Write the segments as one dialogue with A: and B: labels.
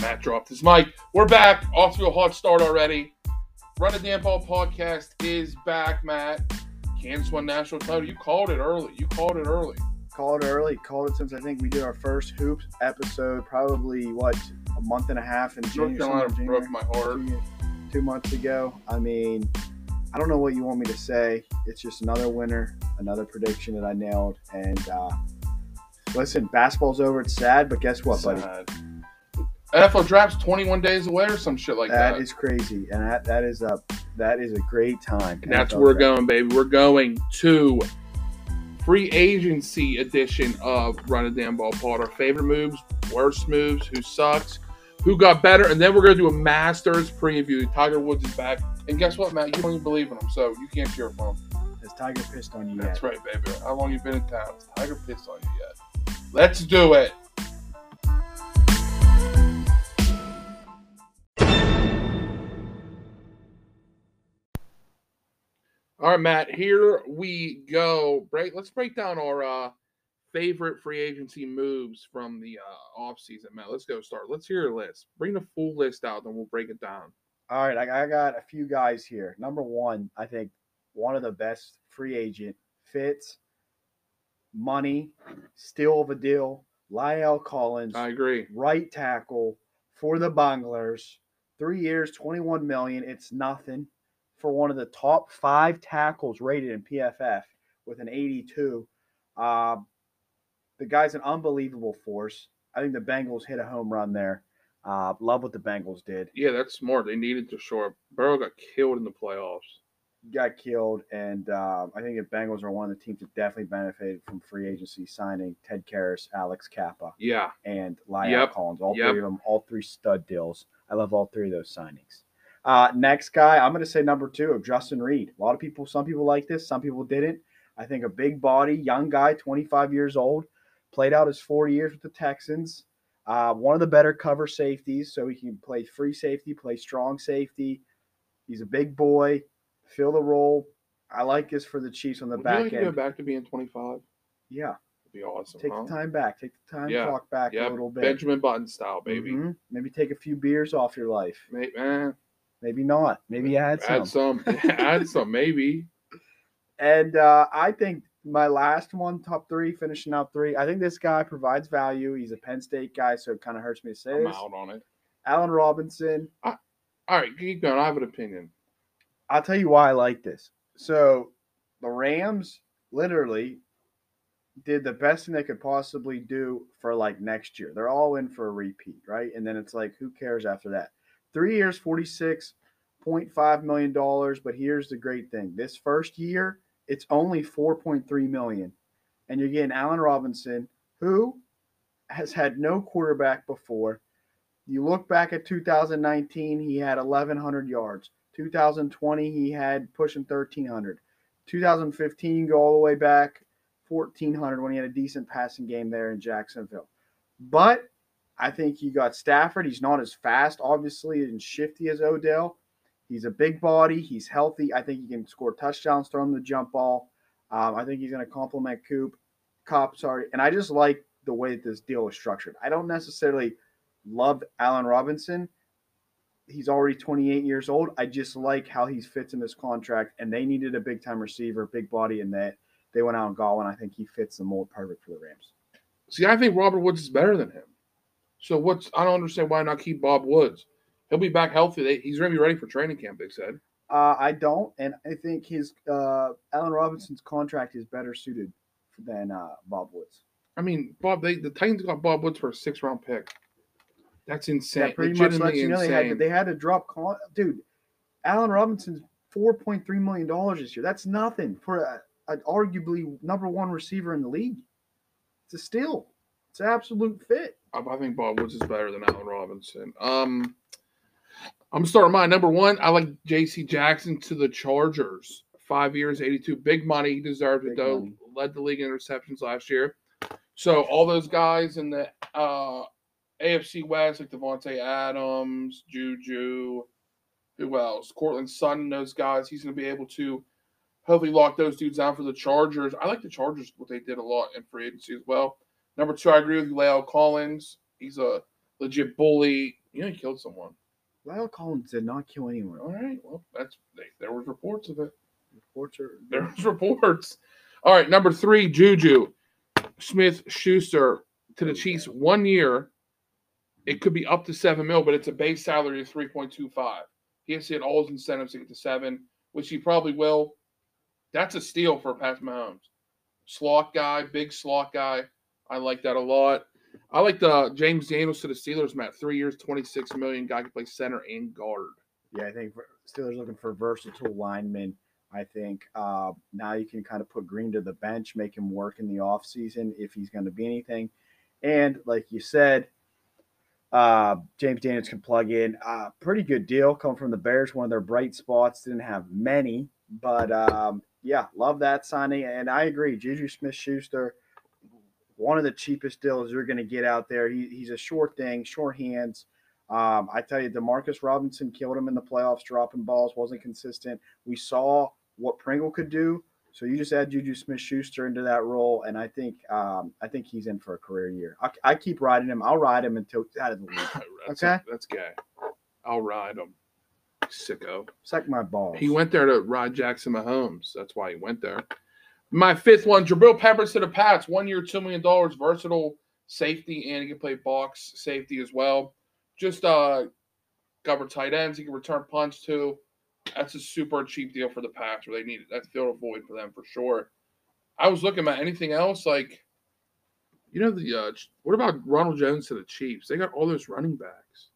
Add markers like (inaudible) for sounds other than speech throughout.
A: Matt dropped his mic. We're back. Off to a hot start already. Run a Damn Ball podcast is back, Matt. Kansas won national title. You called it early. You called it early.
B: Called it early. Called it since I think we did our first hoops episode, probably what a month and a half in
A: North
B: January.
A: Carolina
B: somewhere in
A: broke my heart.
B: January, two- Two months ago. I mean, I don't know what you want me to say. It's just another winner, another prediction that I nailed. And uh, listen, basketball's over. It's sad, but guess what, buddy?
A: Sad. NFL draft's 21 days away or some shit like that.
B: That is crazy, and that, that is a that is a great time.
A: And that's
B: NFL
A: where we're
B: draft.
A: going, baby. We're going to free agency edition of Run a Damn Ball Pod. Our favorite moves, worst moves, who sucks, who got better, and then we're going to do a Masters preview. Tiger Woods is back, and guess what, Matt? You don't even believe in him, so you can't cheer for him.
B: Has Tiger pissed on you
A: That's
B: yet?
A: right, baby. How long you been in town? Is Tiger pissed on you yet? Let's do it. All right, Matt. Here we go. Break. Let's break down our uh, favorite free agency moves from the uh, off season, Matt. Let's go start. Let's hear your list. Bring the full list out, then we'll break it down.
B: All right, I, I got a few guys here. Number one, I think one of the best free agent fits, money, steal of a deal. Lyle Collins,
A: I agree.
B: right tackle for the Bunglers. Three years, 21 million. It's nothing for one of the top five tackles rated in PFF with an 82. Uh, the guy's an unbelievable force. I think the Bengals hit a home run there. Uh, love what the Bengals did.
A: Yeah, that's smart. They needed to shore up. Burrow got killed in the playoffs.
B: Got killed, and uh, I think the Bengals are one of the teams that definitely benefited from free agency signing Ted Karras, Alex Kappa,
A: Yeah,
B: and Lyle
A: Yep.
B: Collins. All
A: Yep.
B: three of them, all three stud deals. I love all three of those signings. Uh, next guy, I'm going to say number two, Justin Reed. A lot of people, some people like this, some people didn't. I think a big body, young guy, 25 years old, played out his four years with the Texans. Uh, one of the better cover safeties, so he can play free safety, play strong safety. He's a big boy, fill the role. I like this for the Chiefs on the
A: Would you like
B: back
A: to go
B: end.
A: back to being 25?
B: Yeah,
A: That'd be awesome.
B: take
A: huh?
B: the time back, take the time
A: Yeah,
B: clock back
A: Yep,
B: a little bit.
A: Benjamin Button style, baby.
B: Mhm. Maybe take a few beers off your life.
A: May- eh,
B: Maybe not. Maybe add some.
A: add some.
B: (laughs)
A: (laughs) add some, maybe.
B: And uh, I think my last one, top three, finishing out three. I think this guy provides value. He's a Penn State guy, so it kind of hurts me to say
A: I'm
B: this.
A: out on it.
B: Allen Robinson.
A: All right, keep going. I have an opinion.
B: I'll tell you why I like this. So the Rams literally did the best thing they could possibly do for like next year. They're all in for a repeat, right? And then it's like, who cares after that? Three years, $46.5 million. But here's the great thing this first year, it's only $4.3 million. And you're getting Allen Robinson, who has had no quarterback before. You look back at 2019, he had 1,100 yards. 2020, he had pushing 1,300. 2015, go all the way back 1,400 when he had a decent passing game there in Jacksonville. But I think you got Stafford. He's not as fast, obviously, and shifty as Odell. He's a big body. He's healthy. I think he can score touchdowns, throw him the jump ball. Um, I think he's going to complement Coop, Cop, sorry. And I just like the way that this deal is structured. I don't necessarily love Allen Robinson. He's already 28 years old. I just like how he fits in this contract, and they needed a big time receiver, big body, and that they went out and got one. I think he fits the mold perfect for the Rams.
A: See, I think Robert Woods is better than him. So what's I don't understand why not keep Bob Woods. He'll be back healthy. They, he's gonna be ready for training camp. They said.
B: Uh, I don't, and I think his uh, Allen Robinson's contract is better suited than uh, Bob Woods.
A: I mean, Bob. They the Titans got Bob Woods for a six round pick. That's insane.
B: That pretty much lets
A: Legitimately
B: you know they had to,
A: insane.
B: they had to drop. Con- Dude, Allen Robinson's 4.3 million dollars this year. That's nothing for a, an arguably number one receiver in the league. It's a steal. It's an absolute fit.
A: I, I think Bob Woods is better than Allen Robinson. Um, I'm starting mine. Number one, I like J.C. Jackson to the Chargers. Five years, 82, big money. He deserved it
B: Big
A: though.
B: money.
A: Led the league in interceptions last year. So all those guys in the uh, AFC West, like Devontae Adams, Juju, who else? Cortland Sutton, those guys. He's going to be able to hopefully lock those dudes down for the Chargers. I like the Chargers, what they did a lot in free agency as well. Number two, I agree with you, Lyle Collins. He's a legit bully. You know, he killed someone.
B: Lyle Collins did not kill anyone. Oh,
A: All right. Well, that's they, there was reports of it.
B: Reports are-
A: There was (laughs) reports. All right. Number three, Juju Smith Schuster to the Chiefs one year. It could be up to seven mil, but it's a base salary of three point two five. He has to hit all his incentives to get to seven, which he probably will. That's a steal for Pat Mahomes. Slot guy, big slot guy. I like that a lot. I like the James Daniels to the Steelers, Matt. Three years, twenty six million. Guy can play center and guard.
B: Yeah, I think ver- Steelers looking for versatile linemen. I think uh, now you can kind of put Green to the bench, make him work in the offseason if he's going to be anything. And like you said, uh, James Daniels can plug in. Uh, pretty good deal coming from the Bears, one of their bright spots. Didn't have many, but um, yeah, love that signing. And I agree, Juju Smith Schuster, one of the cheapest deals you're going to get out there. He, he's a short thing, short hands. Um, I tell you, Demarcus Robinson killed him in the playoffs, dropping balls, wasn't consistent. We saw what Pringle could do. So you just add Juju Smith Schuster into that role, and I think um, I think he's in for a career year. I, I keep riding him. I'll ride him until he's out of the league.
A: That's
B: Okay.
A: that's gay. I'll ride him. Sicko.
B: Suck my balls.
A: He went there to ride Jackson Mahomes. That's why he went there. My fifth one, Jabril Peppers to the Pats. One year, $2 million, versatile safety, and he can play box safety as well. Just uh cover tight ends. He can return punts too. That's a super cheap deal for the Pats where they need it. That's filled a void for them for sure. I was looking at anything else like, you know, the uh, what about Ronald Jones to the Chiefs? They got all those running backs.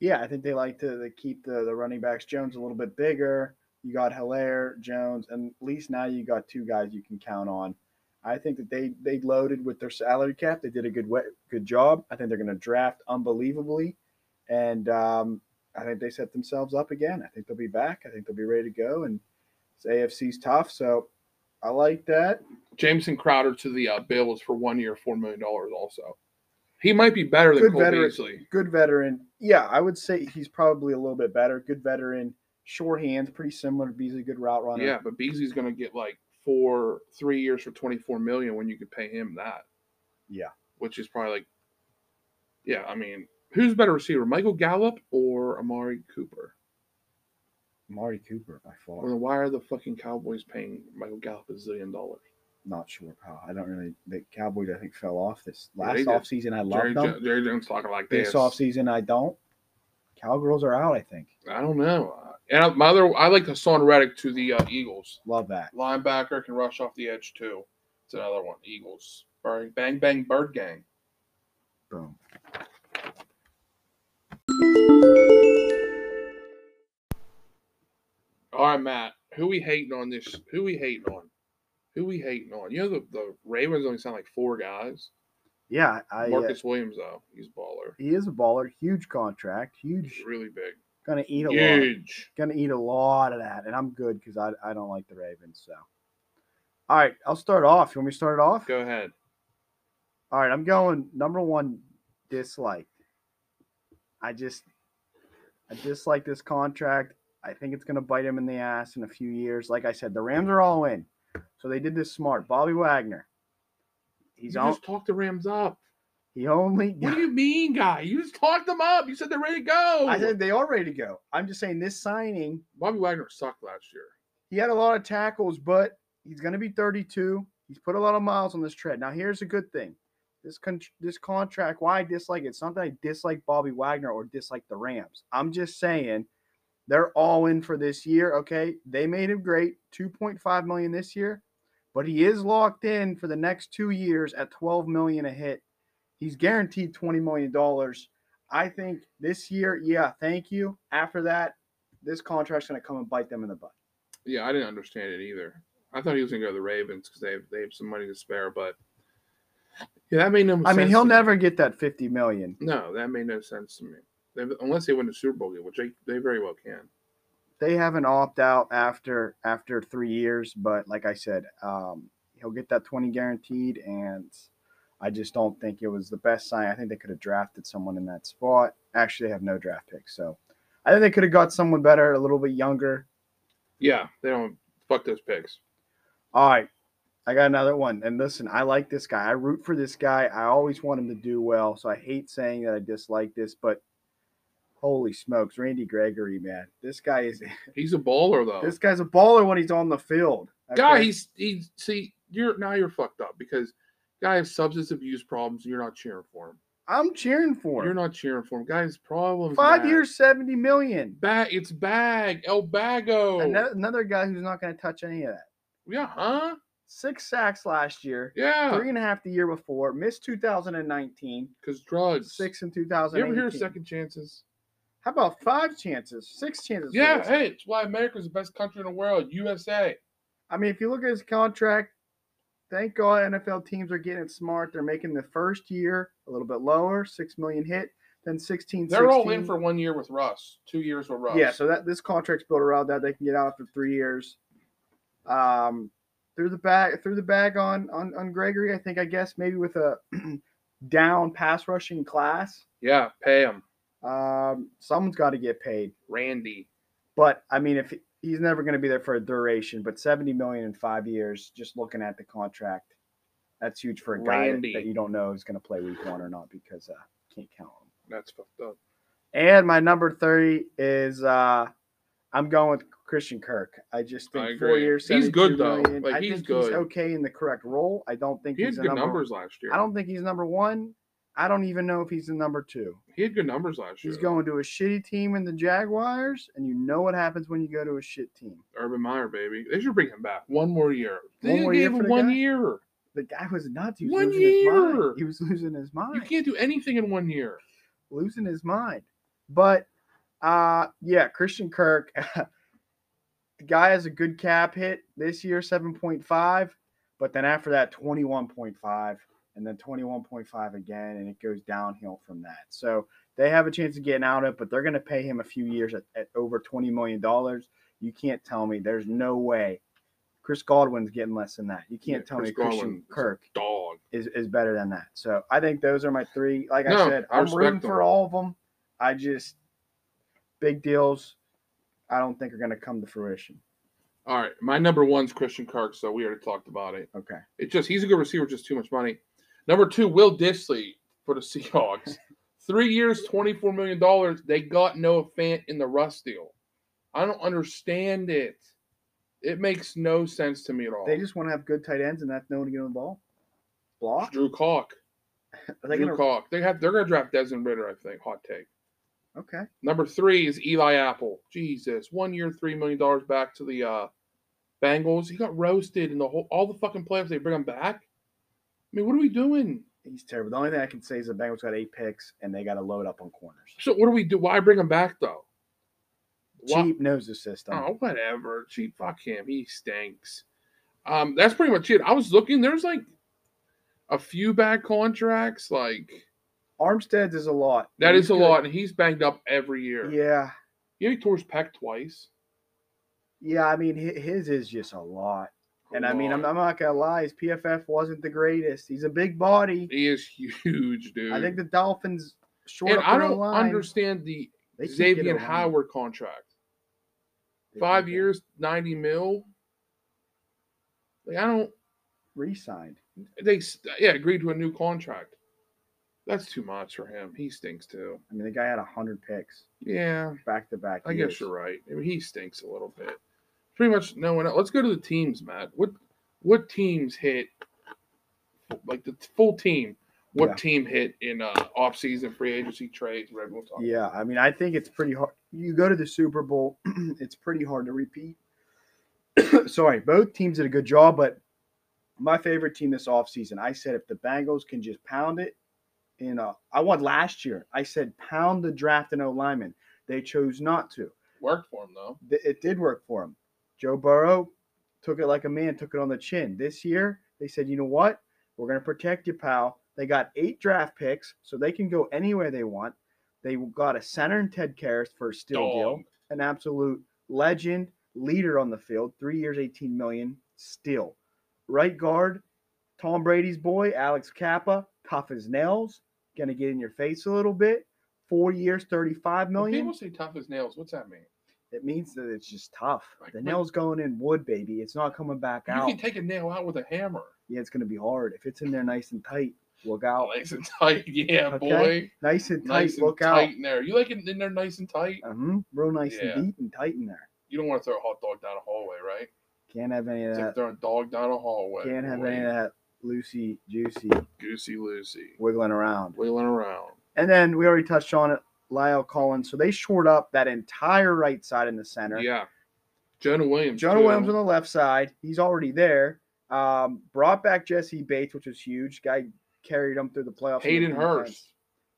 B: Yeah, I think they like to they keep the, the running backs Jones a little bit bigger. You got Hilaire, Jones, and at least now you got two guys you can count on. I think that they they loaded with their salary cap. They did a good way, good job. I think they're going to draft unbelievably, and um, I think they set themselves up again. I think they'll be back. I think they'll be ready to go. And this AFC's tough, so I like that.
A: Jameson Crowder to the uh, Bills for one year, four million dollars. Also, he might be better than
B: Good
A: Cole
B: veteran.
A: Beasley.
B: Good veteran. Yeah, I would say he's probably a little bit better. Good veteran. Sure hands, pretty similar to Beasley. Good route runner.
A: Yeah, but Beasley's going to get like four, three years for twenty four million when you could pay him that.
B: Yeah.
A: which is probably like, yeah. I mean, who's a better receiver, Michael Gallup or Amari Cooper?
B: Amari Cooper by
A: Or
B: far.
A: then why are the fucking Cowboys paying Michael Gallup a zillion dollars?
B: Not sure how. I don't really. The Cowboys, I think, fell off this
A: Yeah,
B: last
A: they did.
B: offseason. I
A: Jerry,
B: loved
A: jo-
B: them.
A: Jerry Jones talking like
B: This
A: this.
B: offseason, I don't. Cowgirls are out. I think.
A: I don't know. And my other, I like Hassan Reddick to the uh, Eagles.
B: Love that.
A: linebacker can rush off the edge too. It's another one. Eagles. Bang bang bang bird gang.
B: Boom.
A: All right, Matt. Who we hating on this? Who we hating on? Who we hating on? You know the, the Ravens only sound like four guys.
B: Yeah, I. uh,
A: Marcus Williams though, he's a baller.
B: he is a baller. Huge contract.
A: He's
B: Huge.
A: really big.
B: Gonna eat a lot.
A: Huge.
B: Gonna eat a lot of that, and I'm good because I I don't like the Ravens. So. All right, I'll start off. You want me to start it off?
A: Go ahead.
B: All right, I'm going number one dislike. I just I dislike this contract. I think it's gonna bite him in the ass in a few years. Like I said, the Rams are all in. So they did this smart. Bobby Wagner. He's
A: you
B: on
A: just talked the Rams up.
B: he only
A: What do you mean, guy? You just talked them up. You said they're ready to go.
B: (laughs) I said they are ready to go. I'm just saying this signing,
A: Bobby Wagner sucked last year.
B: he had a lot of tackles, but he's gonna be 32. He's put a lot of miles on this tread. Now here's a good thing. This con- this contract, why I dislike it, it's not that I dislike Bobby Wagner or dislike the Rams. I'm just saying they're all in for this year. Okay. They made him great, 2.5 million this year, but he is locked in for the next two years at 12 million a hit. He's guaranteed 20 million dollars. I think this year, yeah, thank you. After that, this contract's gonna come and bite them in the butt.
A: Yeah, I didn't understand it either. I thought he was gonna go to the Ravens because they have, they have some money to spare, but yeah, that made no.
B: I mean,
A: sense
B: he'll
A: to me.
B: never get that 50 million.
A: No, that made no sense to me. They, unless they win the Super Bowl game, which they, they very well can.
B: They have an opt out after after three years, but like I said, um, he'll get that 20 guaranteed, and I just don't think it was the best sign. I think they could have drafted someone in that spot. Actually, they have no draft picks, so I think they could have got someone better, a little bit younger.
A: Yeah, they don't fuck those picks.
B: All right, I got another one. And listen, I like this guy. I root for this guy. I always want him to do well, so I hate saying that I dislike this, but Holy smokes, Randy Gregory, man. This guy is
A: He's a bowler though.
B: this guy's a baller when he's on the field.
A: guy,
B: okay?
A: he's he's see you're now you're fucked up because guy has substance abuse problems. And you're not cheering for him.
B: I'm cheering for
A: You're
B: him.
A: not cheering for him. Guy's problems.
B: Five
A: man.
B: years, seventy million.
A: Bag. It's bag. El Bago.
B: Ano- Another guy who's not going to touch any of that.
A: yeah. Huh.
B: Six sacks last year,
A: Yeah.
B: three and a half the year before. Missed 2019,
A: Because drugs.
B: six in
A: You ever
B: 2018.
A: hear of second chances?
B: How about five chances? Six chances. for
A: Yeah,
B: this
A: hey, it's why America's the best country in the world, USA.
B: I mean, if you look at his contract, thank God NFL teams are getting smart. They're making the first year a little bit lower, six million hit, then 16.
A: They're all in
B: 16.
A: for one year with Russ, two years with Russ.
B: yeah. So that this contract's built around that they can get out after three years. Um, through the bag, through the bag on on on Gregory, I think I guess maybe with a (clears throat) down pass rushing class,
A: yeah, pay him,
B: um, someone's got to get paid.
A: Randy.
B: But I mean, if he's never going to be there for a duration, but 70 million in five years, just looking at the contract, that's huge for a guy that,
A: Randy.
B: that you don't know is going to play week one or not because uh, can't count on him.
A: That's fucked up.
B: And my number 30 is uh, I'm going with Christian Kirk. I just
A: I
B: think four
A: agree.
B: years,
A: He's
B: 72
A: good, though.
B: million.
A: Like,
B: I
A: he's
B: think
A: good.
B: he's okay in the correct role. I don't think
A: He had
B: he's a
A: good
B: number.
A: numbers last year.
B: I don't think he's number one. I don't even know if he's the number two.
A: He had good numbers last year.
B: He's going to a shitty team in the Jaguars, and you know what happens when you go to a shit team.
A: Urban Meyer, baby. They should bring him back one more year. They
B: One more
A: gave
B: year
A: him
B: for the
A: one
B: guy?
A: year.
B: The guy was nuts. He was
A: One
B: losing his
A: year.
B: mind. He was losing his
A: You
B: mind.
A: can't do anything in one year.
B: Losing his mind. But uh yeah, Christian Kirk. (laughs) the guy has a good cap hit this year, 7.5. But then after that, 21.5, and then 21.5 again, and it goes downhill from that. So they have a chance of getting out of it, but they're gonna pay him a few years at, at over $20 million. You can't tell me there's no way. Chris Godwin's getting less than that. You
A: Yeah,
B: can't tell
A: Chris
B: me Christian
A: Godwin is a
B: Kirk
A: Dog.
B: is, is better than that. So I think those are my three. Like
A: No,
B: I said,
A: I
B: I'm
A: respect
B: rooting
A: them.
B: for all of them. I just big deals. I don't think are going to come to fruition.
A: All right. My number one's Christian Kirk, so we already talked about it.
B: Okay,
A: It's just he's a good receiver, just too much money. Number two, Will Disley for the (laughs) Seahawks. Three years, twenty-four million dollars. They got Noah Fant in the Russ deal. I don't understand it. It makes no sense to me at all.
B: they just want to have good tight ends, and that's no one to get on the ball.
A: It's
B: Block?
A: Drew Cock.
B: Are they
A: Drew
B: going to?
A: Cock. They have. They're gonna draft Desmond Ritter. I think. Hot take.
B: Okay,
A: Number three is Eli Apple. Jesus, one year, three million dollars back to the uh, Bengals. He got roasted in the whole all the fucking playoffs. They bring him back. I mean, what are we doing?
B: he's terrible. The only thing I can say is the Bengals got eight picks, and they got to load up on corners.
A: So what do we do? Why bring him back though? Why-
B: Cheap knows the system.
A: Oh, whatever. Gee, fuck him. He stinks. Um, that's pretty much it. I was looking. There's like a few bad contracts. Like
B: Armstead's is a lot.
A: that
B: He's
A: is a
B: good.
A: lot, and he's banged up every year.
B: Yeah,
A: You know, he tore his pec twice.
B: yeah. I mean, hi- his is just a lot.
A: A
B: And I mean, I'm,
A: lot.
B: I'm not gonna lie. His PFF wasn't the greatest. He's a big body.
A: He is (laughs) huge, dude.
B: I think the Dolphins short
A: and
B: up their
A: I don't
B: line.
A: understand the
B: They keep getting
A: Xavier
B: around.
A: Howard contract.
B: They keep
A: Five
B: getting
A: years, ninety mil. Like I don't.
B: re-signed.
A: They s- yeah agreed to a new contract. That's too much for him. He stinks too.
B: I mean, the guy had hundred picks
A: Yeah.
B: back to back.
A: I guess you're right. I mean, he stinks a little bit. Pretty much no one. Else. Let's go to the teams, Matt. What what teams hit like the full team? What
B: Yeah.
A: team hit in uh, offseason free agency trades? Where everyone talking?
B: Yeah, I mean, I think it's pretty hard. You go to the Super Bowl, (clears throat) it's pretty hard to repeat. (clears throat) Sorry, both teams did a good job, but my favorite team this offseason, I said if the Bengals can just pound it, you know, I won last year. I said pound the draft and O lineman. They chose not to.
A: Worked for him though.
B: th- it did work for him. Joe Burrow took it like a man, took it on the chin. This year, they said, you know what? We're going to protect you, pal. They got eight draft picks, so they can go anywhere they want. They got a center in Ted Karras for a steal deal,
A: Dog.
B: an absolute legend, leader on the field, three years, 18 million, still. Right guard, Tom Brady's boy, Alex Kappa, tough as nails, going to get in your face a little bit. Four years, 35
A: When
B: million.
A: People say tough as nails. What's that mean?
B: It means that it's just tough.
A: Like,
B: The
A: when-
B: nail's going in wood, baby. It's not coming back
A: You
B: out.
A: can take a nail out with a hammer.
B: yeah, it's gonna be hard if it's in there nice and tight. Look out.
A: Nice and tight. (laughs) Yeah,
B: Okay.
A: boy.
B: Nice and tight.
A: Nice and
B: Look
A: tight
B: out.
A: in there. You like it in there nice and tight?
B: hmm Real nice
A: Yeah.
B: and deep and tight in there.
A: You don't want to throw a hot dog down a hallway, right?
B: Can't have any of
A: It's like
B: that.
A: throwing a dog down a hallway.
B: Can't have
A: boy.
B: any of that loosey juicy
A: Goosey Lucy.
B: wiggling around.
A: Wheeling around.
B: And then we already touched on it. Lyle Collins. So they shored up that entire right side in the center.
A: Yeah. Jonah Williams.
B: Jonah
A: too.
B: Williams on the left side. He's already there. Um, brought back Jesse Bates, which was huge. Guy carried him through the playoffs. and
A: Hayden
B: the defense.
A: Hurst.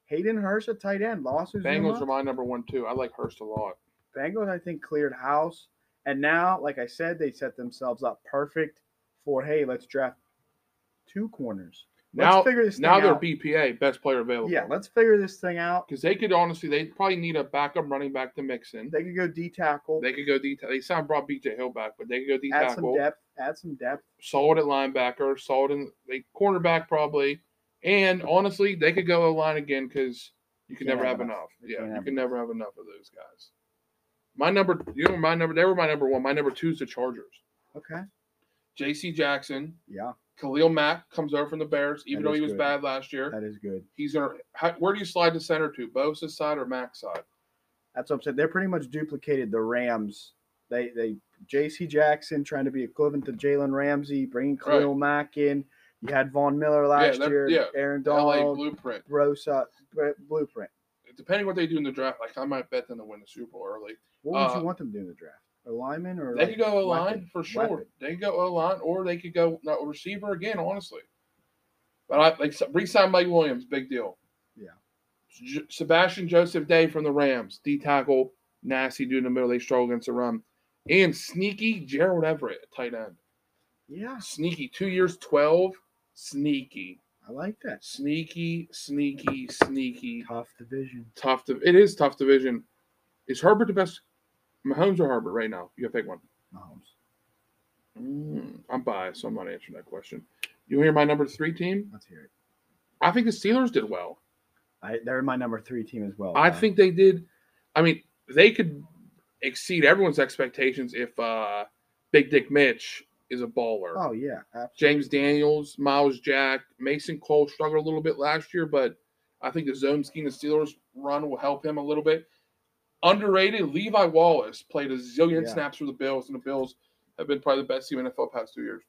B: Hayden Hurst, a tight end. Lost his
A: Bengals are my number one too. I like Hurst a lot.
B: Bengals, I think, cleared house. And now, like I said, they set themselves up perfect for hey, let's draft two corners. Let's
A: Now,
B: figure this
A: now
B: thing
A: they're
B: out.
A: BPA, best player available.
B: yeah, let's figure this thing out.
A: because they could honestly, they probably need a backup running back to mix in.
B: They could go D tackle,
A: They could go D. They sound brought BJ Hill back, but they could go D
B: add some
A: tackle.
B: depth, add some depth.
A: solid at linebacker, solid in they cornerback probably, and honestly, they could go O line again because you can
B: Can't
A: never
B: have
A: have,
B: enough.
A: enough.
B: You
A: Yeah,
B: can't
A: you
B: have
A: can never have enough of those guys. My number, you know, my number, they were my number one. My number two is the Chargers.
B: Okay.
A: J.C. Jackson,
B: Yeah,
A: Khalil Mack comes over from the Bears, even
B: That
A: though
B: is
A: he was
B: good.
A: bad last year.
B: that is good.
A: He's gonna. How, where do you slide the center to? Bosa's side or Mack's side?
B: That's what I'm saying. They're pretty much duplicated the Rams. They they J.C. Jackson trying to be equivalent to Jalen Ramsey, bringing Khalil Mack in. You had Von Miller last
A: that-
B: year.
A: yeah,
B: Aaron
A: The L.A.
B: Donald,
A: blueprint.
B: Brosa, Br- blueprint.
A: Depending what they do in the draft, like I might bet them to win the Super Bowl early.
B: What would
A: Uh,
B: you want them to do in the draft? A lineman or
A: They
B: like
A: could go O line
B: weapon?
A: for sure.
B: Weapon.
A: They could go O line, or they could go no, receiver again. Honestly, but I like re-sign Mike Williams, big deal.
B: Yeah.
A: J- Sebastian Joseph Day from the Rams, D tackle, nasty dude in the middle. They struggle against the run, and sneaky Gerald Everett, tight end,
B: Yeah,
A: sneaky. Two years, twelve, sneaky,
B: I like that.
A: sneaky, sneaky, sneaky.
B: Tough division.
A: Tough. Div- it is tough division. Is Herbert the best? Mahomes or Herbert right now? You gotta pick one.
B: Mahomes.
A: Mm, I'm biased, so I'm not answering that question. You hear my number three team?
B: Let's hear it.
A: I think the Steelers did well.
B: I, they're my number three team as well.
A: I
B: Tom.
A: think they did. I mean, they could exceed everyone's expectations if uh, Big Dick Mitch is a baller.
B: Oh yeah, absolutely.
A: James Daniels, Miles Jack, Mason Cole struggled a little bit last year, but I think the zone scheme the Steelers run will help him a little bit. Underrated Levi Wallace played a zillion
B: Yeah.
A: snaps for the Bills, and the Bills have been probably the best team in NFL past two years.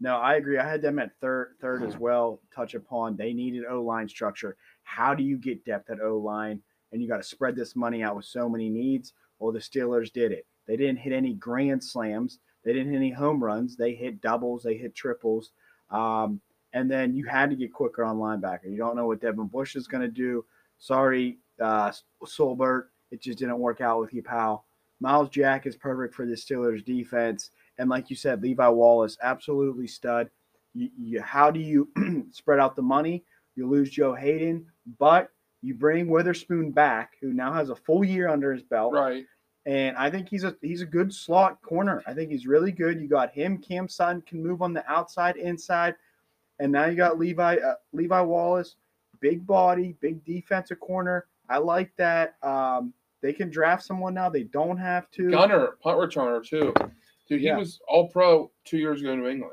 B: No, I agree. I had them at third,
A: (sighs)
B: third as well. Touch upon they needed O line structure. How do you get depth at O line? And you got to spread this money out with so many needs. Well, the Steelers did it. They didn't hit any grand slams. They didn't hit any home runs. They hit doubles. They hit triples. Um, and then you had to get quicker on linebacker. You don't know what Devin Bush is going to do. Sorry, uh, Solbert. It just didn't work out with you, pal. Miles Jack is perfect for the Steelers defense. And like you said, Levi Wallace, absolutely stud. You, you, how do you (clears throat) spread out the money? You lose Joe Hayden, but you bring Witherspoon back, who now has a full year under his belt.
A: Right.
B: And I think he's a he's a good slot corner. I think he's really good. You got him. Cam Sutton can move on the outside, inside, and now you got Levi uh, Levi Wallace, big body, big defensive corner. I like that. Um, they can draft someone now. They don't have to.
A: Gunner, punt returner too. Dude, he
B: Yeah.
A: was all pro two years ago in New England.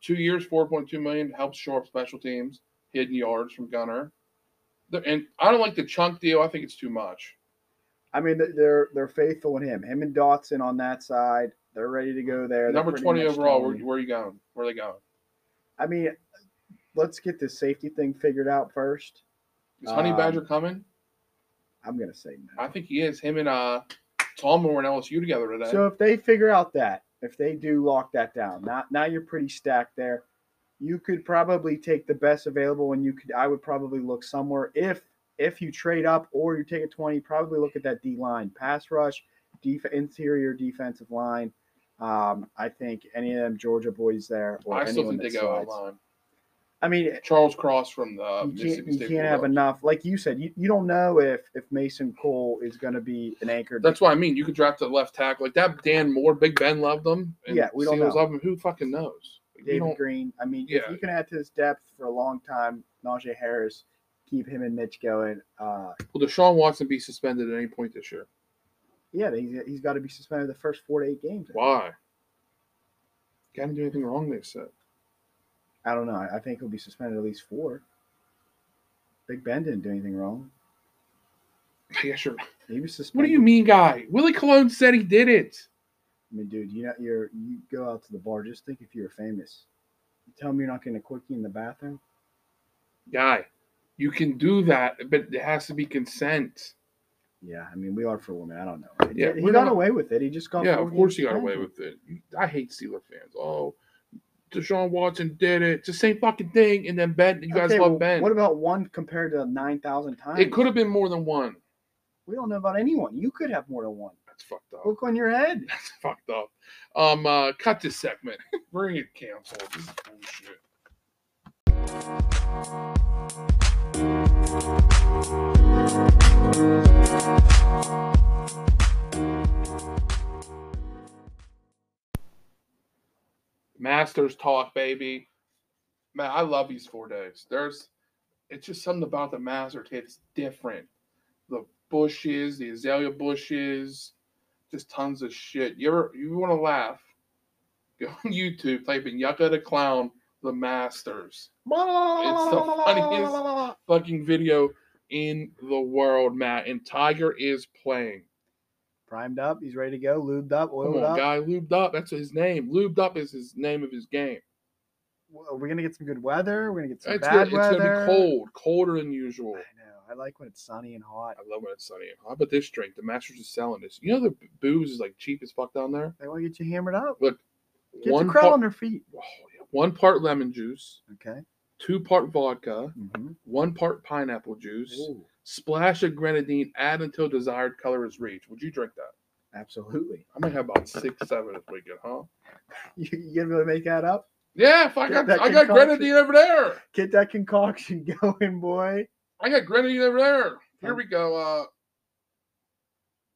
A: Two years, four point two million helps shore up special teams, hidden yards from Gunner. The- And I don't like the chunk deal. I think it's too much.
B: I mean, th- they're they're faithful in him. Him and Dotson on that side, they're ready to go there. They're
A: Number
B: pretty
A: twenty
B: much
A: overall.
B: done.
A: Where, where are you going? Where are they going?
B: I mean, let's get this safety thing figured out first.
A: Is Honey
B: Um,
A: Badger coming?
B: I'm gonna say
A: I
B: no.
A: think he is. Him and uh, Tom Moore and LSU together today.
B: So if they figure out that, if they do lock that down, now now you're pretty stacked there. You could probably take the best available, and you could. I would probably look somewhere if if you trade up or you take a twenty. Probably look at that D line, pass rush, def- interior defensive line. Um, I think any of them Georgia boys there. Or
A: I still
B: anyone
A: think they
B: that
A: go
B: slides.
A: online.
B: I mean,
A: Charles Cross from the
B: you can't,
A: Mississippi
B: you
A: State.
B: can't have
A: Bulldogs.
B: enough. Like you said, you, you don't know if if Mason Cole is going to be an anchor.
A: That's what I mean. You could draft a left tackle like that. Dan Moore, Big Ben loved him.
B: Yeah, we don't
A: Steelers
B: know.
A: love him. Who fucking knows? Like, you
B: David
A: don't-
B: Green. I mean, if
A: Yeah.
B: you can add to this depth for a long time, Najee Harris, keep him and Mitch going. Uh,
A: Will Deshaun Watson be suspended at any point this year?
B: yeah, he's, he's got to be suspended the first four to eight games.
A: Why? Can't do anything wrong. They said.
B: I don't know. I I think he'll be suspended at least four. Big Ben didn't do anything wrong.
A: Yeah, sure. (laughs)
B: He was
A: What
B: suspended.
A: do you mean, guy? Willie Colon said he did it.
B: I mean, dude, you know, you're you go out to the bar. Just think if you were famous. You tell me you're not getting a quickie in the bathroom.
A: Guy, you can do that, but it has to be consent.
B: Yeah, I mean, we are for women. I don't know. It-
A: Yeah,
B: he
A: we're
B: got
A: not-
B: away with it. He just got.
A: Yeah, of
B: 48
A: course you got away
B: suspended.
A: with it. You- I hate Steeler fans. Oh, Deshaun Watson did it. It's the same fucking thing. And then Ben, you guys
B: Okay,
A: love
B: well,
A: Ben.
B: What about one compared to nine thousand times?
A: it could have been more than one.
B: We don't know about anyone. You could have more than one.
A: That's fucked up.
B: Look on your head.
A: (laughs) That's fucked up. Um, uh, cut this segment. (laughs) Bring it canceled. This is bullshit. Masters talk, baby. Man, I love these four days. There's, it's just something about the Masters hits different. The bushes, the azalea bushes, just tons of shit. You ever you want to laugh? (laughs) Go on YouTube, type in Yucca the Clown, the Masters. funniest- Fucking video in the world, Matt. And Tiger is playing.
B: Primed up. He's ready to go. Lubed up.
A: Come
B: Oiled
A: on,
B: up.
A: guy, lubed up. That's his name. Lubed up is his name of his game.
B: W- Are we gonna get some good weather? We're gonna get some
A: It's,
B: bad
A: good. it's
B: weather.
A: gonna be cold, colder than usual.
B: I know. I like when it's sunny and hot.
A: I love when it's sunny. How about this drink? The Masters is selling this. You know the booze is like cheap as fuck down there.
B: They want to get you hammered up. Get
A: One
B: the crowd
A: part,
B: on their feet.
A: oh, yeah. one part lemon juice,
B: Okay.
A: two part vodka,
B: Mm-hmm.
A: one part pineapple juice, splash of grenadine, add until desired color is reached. Would you drink that?
B: Absolutely. (laughs)
A: I might have about six, seven this weekend, huh?
B: You, you gonna be able to make that up?
A: Yeah, if I
B: Get
A: got
B: that
A: I got
B: concoction.
A: grenadine over there.
B: Get that concoction (laughs) going, boy.
A: I got grenadine over there. Here we go. Uh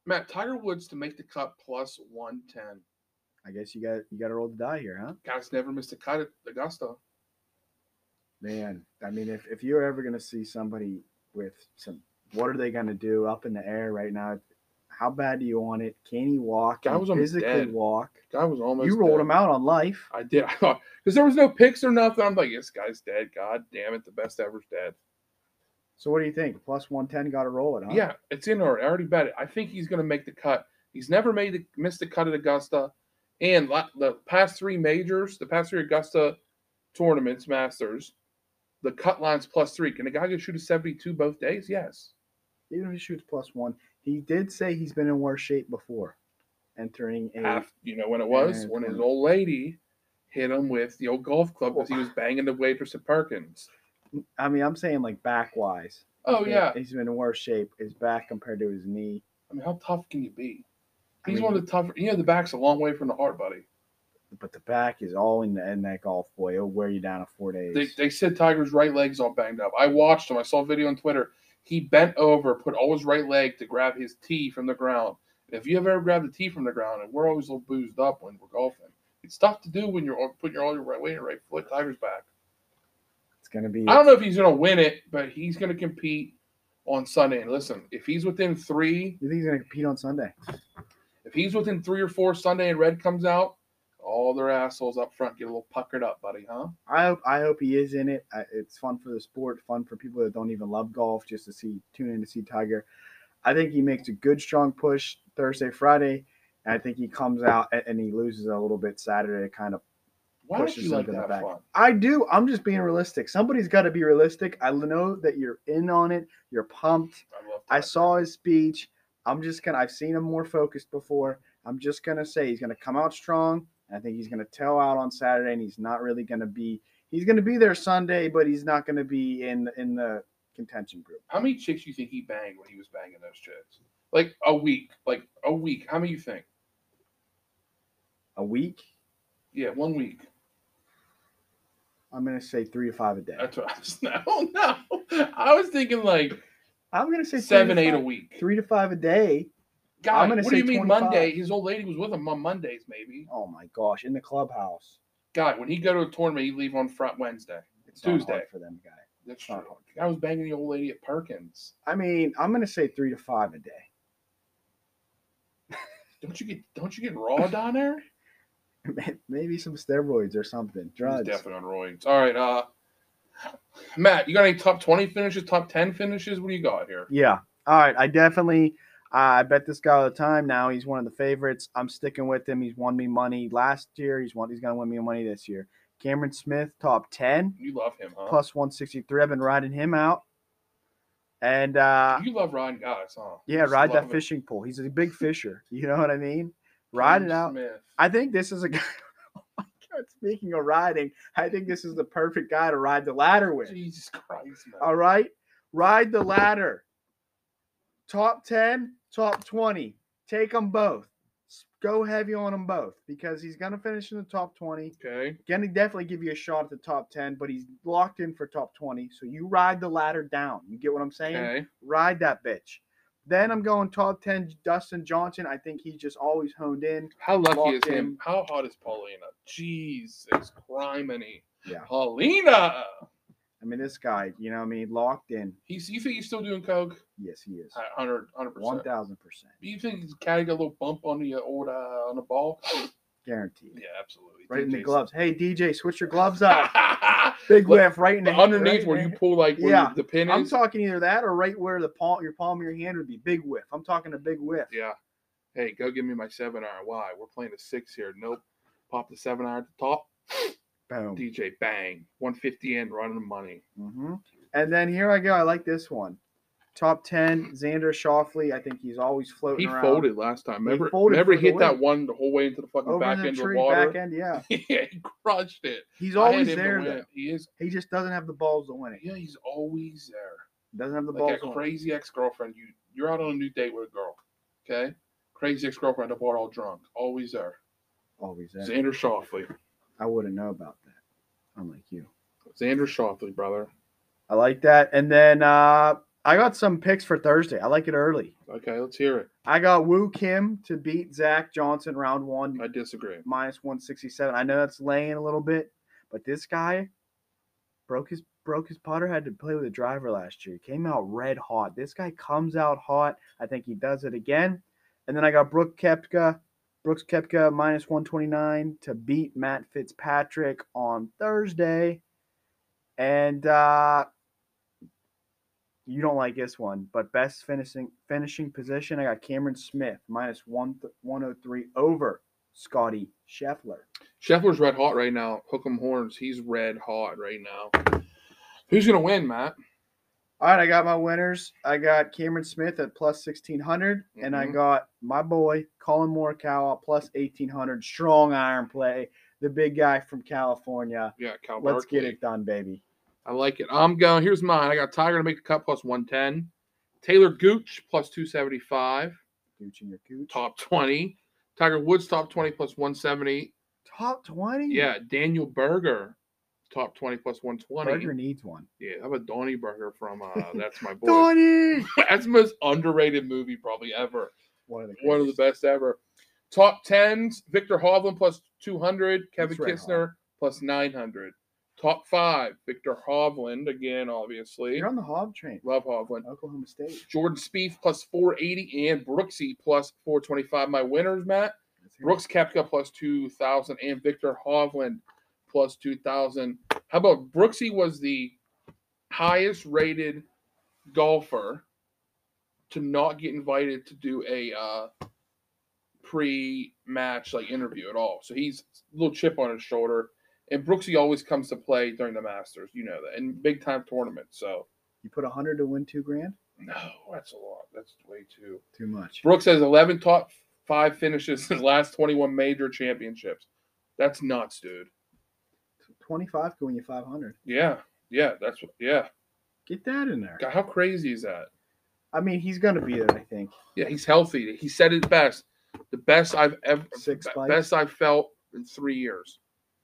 A: Matt, Tiger Woods to make the cut plus one ten.
B: I guess you got you got to roll the die here, huh?
A: Guys never missed a cut at Augusta.
B: Man, I mean, if, if you're ever gonna see somebody with some, what are they gonna do up in the air right now? How bad do you want it? Can he walk?
A: Guy
B: Can he
A: was almost
B: physically
A: dead.
B: walk.
A: Guy was almost
B: You rolled
A: dead.
B: him out on life.
A: I did. (laughs) I thought because there was no picks or nothing. I'm like, this guy's dead. God damn it, the best ever's dead.
B: So what do you think? Plus one ten, got to roll it, huh?
A: Yeah, it's in her. I already bet it. I think he's going to make the cut. He's never made the, missed the cut at Augusta, and la- the past three majors, the past three Augusta tournaments, Masters, the cut line's plus three. Can the guy go shoot a seventy-two both days? Yes.
B: Even if he shoots plus one, he did say he's been in worse shape before, entering a.
A: Half, you know when it was
B: And
A: when his
B: twenty.
A: old lady hit him with the old golf club because he was banging the waitress at Perkins.
B: I mean, I'm saying like back wise.
A: Oh yeah.
B: he's been in worse shape. His back compared to his knee.
A: I mean, how tough can you be?
B: I
A: He's
B: mean-
A: one of the tougher. You know, the back's a long way from the heart, buddy.
B: But the back is all in the end that golf boy. It'll wear you down in four days.
A: They, they said Tiger's right leg's all banged up. I watched him. I saw a video on Twitter. He bent over, put all his right leg to grab his tee from the ground. And if you have ever grabbed a tee from the ground, and we're always a little boozed up when we're golfing, it's tough to do when you're all- putting your all your right weight in your right foot. Tiger's back.
B: it's gonna be.
A: I don't know if he's going to win it, but he's going to compete on Sunday. And listen, if he's within three,
B: You think he's gonna compete on Sunday?
A: if he's within three or four Sunday and red comes out, all their assholes up front get a little puckered up, buddy, huh?
B: I hope I hope he is in it. I, it's fun for the sport, fun for people that don't even love golf, just to see tune in to see Tiger. I think he makes a good strong push Thursday, Friday, and I think he comes out and, and he loses a little bit Saturday. Kind of,
A: Why don't
B: Pushes
A: you like
B: him to the
A: that
B: back.
A: fun?
B: I do. I'm just being realistic. Somebody's got to be realistic. I know that you're in on it. You're pumped.
A: I love
B: I
A: Tiger.
B: saw his speech. I'm just gonna. I've seen him more focused before. I'm just gonna say he's gonna come out strong. and I think he's gonna tell out on Saturday, and he's not really gonna be. He's gonna be there Sunday, but he's not gonna be in in the contention group.
A: How many chicks you think he banged when he was banging those chicks? Like a week, like a week. How many you think?
B: A week.
A: Yeah, one week.
B: I'm gonna say three to five a day.
A: That's what I was. (laughs) No, no. I was thinking like
B: I'm gonna say three to
A: seven, eight a
B: five-
A: week.
B: Three to five a day.
A: God,
B: gonna
A: what do you
B: say
A: mean
B: 25.
A: Monday? His old lady was with him on Mondays, maybe.
B: Oh my gosh, in the clubhouse.
A: God, when he go to a tournament, he leave on front Wednesday.
B: It's not hard
A: Tuesday.
B: for them guy.
A: That's
B: Not
A: true.
B: hard.
A: I was banging the old lady at Perkins.
B: I mean, I'm gonna say three to five a day. (laughs)
A: Don't you get don't you get raw down there?
B: Maybe some steroids or something.
A: He's
B: Drugs.
A: definitely on roids. All right, uh, Matt, you got any top twenty finishes, top ten finishes? What do you got here?
B: Yeah. All right. I definitely. I bet this guy all the time. Now he's one of the favorites. I'm sticking with him. He's won me money last year. He's won. He's gonna win me money this year. Cameron Smith, top ten,
A: You love him, huh?
B: plus one sixty three. I've been riding him out, and uh,
A: you love riding guys, huh?
B: yeah,
A: Just
B: ride
A: love
B: that
A: it.
B: fishing pole. He's a big fisher. (laughs) You know what I mean? Ride it
A: Cam
B: out.
A: Smith.
B: I think this is a (laughs) guy. Oh my God, speaking of riding, I think this is the perfect guy to ride the ladder with.
A: Jesus Christ, man.
B: All right. Ride the ladder. Top 10, top 20. Take them both. S- Go heavy on them both because he's going to finish in the top 20.
A: Okay.
B: Going to definitely give you a shot at the top 10, but he's locked in for top 20. So you ride the ladder down. You get what I'm saying?
A: Okay.
B: Ride that bitch. Then I'm going top 10, Dustin Johnson. I think he's just always honed in.
A: How lucky
B: Locked
A: is him?
B: in.
A: How hot is Paulina? Jesus criminy.
B: Yeah.
A: Paulina.
B: I mean, this guy, you know what I mean? Locked in.
A: He's. You think he's still doing coke?
B: Yes, he is.
A: 100 percent.
B: 1000%.
A: You think his caddy got a little bump on the uh, old uh, on the ball?
B: Guaranteed.
A: Yeah, absolutely.
B: Right in the
A: DJ's
B: gloves. Hey, DJ, switch your gloves up.
A: the
B: Big
A: (laughs) But
B: whiff right in the
A: underneath
B: right
A: where you
B: in-
A: pull like where
B: Yeah.
A: you- the pin
B: I'm
A: is.
B: talking either that or right where the palm, your palm of your hand would be. Big whiff. I'm talking a big whiff.
A: yeah. Hey, go give me my seven iron. Why? We're playing a six here. Nope. Pop the seven iron at the top.
B: Boom.
A: DJ bang. 150 in, running the money.
B: hmm And then here I go. I like this one. Top ten, Xander Shoffley. I think he's always
A: He
B: floating around.
A: folded last time.
B: He
A: Remember,
B: folded
A: remember
B: for
A: he
B: the
A: hit that
B: win.
A: one the whole way into the fucking
B: over
A: back
B: the
A: end of the
B: tree,
A: water.
B: back end. Yeah,
A: (laughs) yeah, he crushed it.
B: he's
A: I had
B: always
A: him to
B: there.
A: win.
B: though.
A: He is.
B: He just doesn't have the balls to win it.
A: Yeah, he's always there.
B: Doesn't have the
A: like
B: balls.
A: a
B: to win. it.
A: crazy ex-girlfriend. You you're out on a new date with a girl, okay? Crazy ex-girlfriend, up all drunk, always there.
B: Always there.
A: Xander Shoffley,
B: I wouldn't know about that. Unlike you.
A: Xander Shoffley, brother.
B: I like that. And then uh, I got some picks for Thursday. I like it early.
A: Okay, let's hear it.
B: I got Woo Kim to beat Zach Johnson round one
A: I disagree.
B: minus one sixty seven. I know that's laying a little bit, but this guy broke his broke his putter. Had to play with a driver last year. Came out red hot. This guy comes out hot. I think he does it again. And then I got Brooke Kepka, Brooks Kepka minus one twenty nine to beat Matt Fitzpatrick on Thursday. And uh, you don't like this one, but best finishing finishing position, I got Cameron Smith minus one th- 103 over Scotty Scheffler.
A: Scheffler's red hot right now. Hook 'em horns. He's red hot right now. Who's gonna win, Matt?
B: All right, I got my winners. I got Cameron Smith at plus 1600, and I
A: Mhm.
B: got my boy Colin Morikawa at plus 1800. Strong iron play, the big guy from California.
A: Yeah, Cal
B: Let's get
A: Barkley.
B: it done, baby.
A: I like it. I'm going. Here's mine. I got Tiger to make the cut plus 110. Taylor Gooch plus 275.
B: Gooch in your gooch.
A: Top 20. Tiger Woods top 20 plus 170.
B: Top 20.
A: Yeah, Daniel Berger, top 20 plus 120.
B: Berger needs one.
A: Yeah, how about Donnie Berger from
B: (laughs)
A: uh, That's My Boy?
B: Donnie.
A: (laughs) That's the most underrated movie probably ever.
B: One of the
A: One of the
B: greatest.
A: best ever. Top 10s, Victor Hovland plus 200, Kevin
B: That's right,
A: Kistner plus 900. Top 5, Victor Hovland, again, obviously.
B: You're on the Hob train.
A: Love Hovland.
B: Oklahoma State.
A: Jordan Spieth plus 480 and Brooksy plus 425. My winners, Matt.
B: Let's hear it.
A: Brooks Koepka plus 2,000 and Victor Hovland plus 2,000. How about Brooksy was the highest rated golfer to not get invited to do a uh, pre match like interview at all. So he's a little chip on his shoulder. And Brooksy always comes to play during the Masters, you know that, and big time tournaments. So
B: You put 100 to win two grand?
A: no, that's a lot. That's way too.
B: Too much.
A: Brooks has 11 top five finishes in his last 21 major championships. That's nuts, dude.
B: 25 can win you 500.
A: Yeah. Yeah. That's what, yeah.
B: Get that in there.
A: God, how crazy is that?
B: I mean, he's going to be there, I think.
A: Yeah. He's healthy. He said it best. The best I've ever,
B: Six
A: be-
B: bites.
A: best I've felt in three years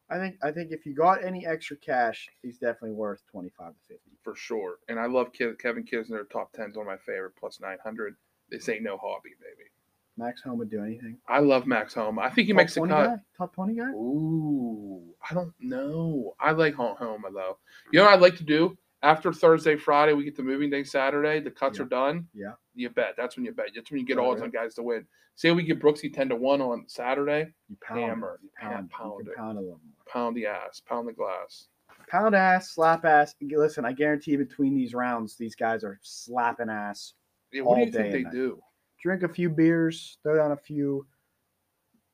B: I think I think if you got any extra cash, he's definitely worth 25 to 50.
A: for sure. And I love Ke- Kevin Kisner, top 10 is one of my favorite, plus 900. This ain't no hobby, baby.
B: Max Home would do anything.
A: I love Max Home. I think he makes the cut.
B: Guy? Top 20 guy?
A: Ooh, I don't know. I like home Homa though. You know what I'd like to do after Thursday, Friday, we get the moving day Saturday. The cuts
B: Yeah.
A: are done.
B: Yeah.
A: you bet. That's when you bet. That's when you get
B: Oh,
A: odds on guys to win. Say we get Brooksy ten to one on Saturday.
B: You pound, it,
A: Hammer.
B: you
A: Yeah,
B: pound, it,
A: pound
B: you can
A: it.
B: pound a little more.
A: Pound the ass. Pound the glass.
B: Pound ass, slap ass. Listen, I guarantee between these rounds, these guys are slapping ass.
A: Yeah, what
B: All
A: do you
B: day
A: think
B: and
A: they
B: night.
A: do?
B: Drink a few beers, throw down a few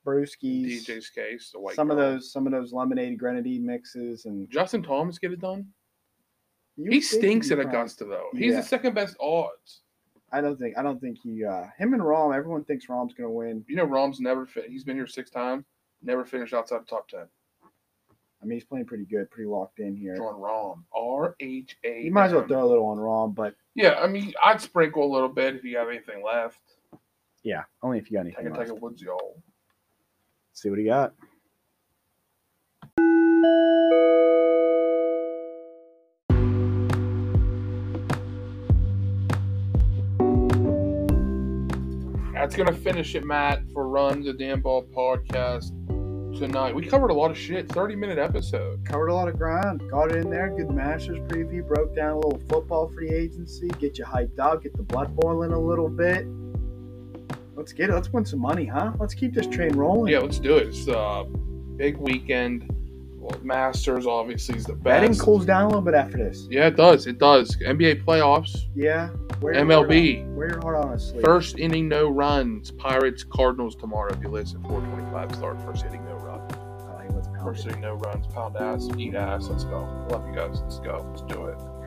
A: In
B: brewskis,
A: DJ's case, the white.
B: some of
A: girl.
B: those, some of those lemonade grenadine mixes, and
A: Justin Thomas get it done.
B: You
A: he
B: think
A: stinks
B: he'd
A: at
B: probably-
A: Augusta though. He's
B: Yeah.
A: the second best odds.
B: I don't think I don't think he uh him and Rom, everyone thinks Rom's gonna win.
A: You know, Rom's never fit. He's been here six times. Never finished outside the top ten.
B: I mean he's playing pretty good, pretty locked in here.
A: John Rom. R H A.
B: You might as well
A: M.
B: throw a little on Rom, but
A: Yeah, I mean, I'd sprinkle a little bit if you have anything left.
B: yeah, only if you got
A: Take
B: anything.
A: a take
B: Left.
A: a woods y'all.
B: See what he got.
A: That's gonna finish it, Matt, for Run the Damn Ball podcast tonight. We covered a lot of shit. Thirty minute episode.
B: Covered a lot of ground, got it in there. Good Masters preview, broke down a little football free agency, get you hyped up, get the blood boiling a little bit. Let's get it. Let's win some money, huh? Let's keep this train rolling.
A: Yeah, let's do it. It's uh, big weekend. Well, Masters obviously is the best.
B: Betting cools down a little bit after this.
A: Yeah, it does. It does. NBA playoffs.
B: Yeah. Wear your heart
A: MLB.
B: on- Wear your heart on a sleeve.
A: First inning, no runs. Pirates, Cardinals tomorrow. If you listen, 425 start. First inning, no run.
B: Oh, he was pounded.
A: First inning, no runs. Pound ass, eat ass. Let's go. Love you guys. Let's go. Let's do it.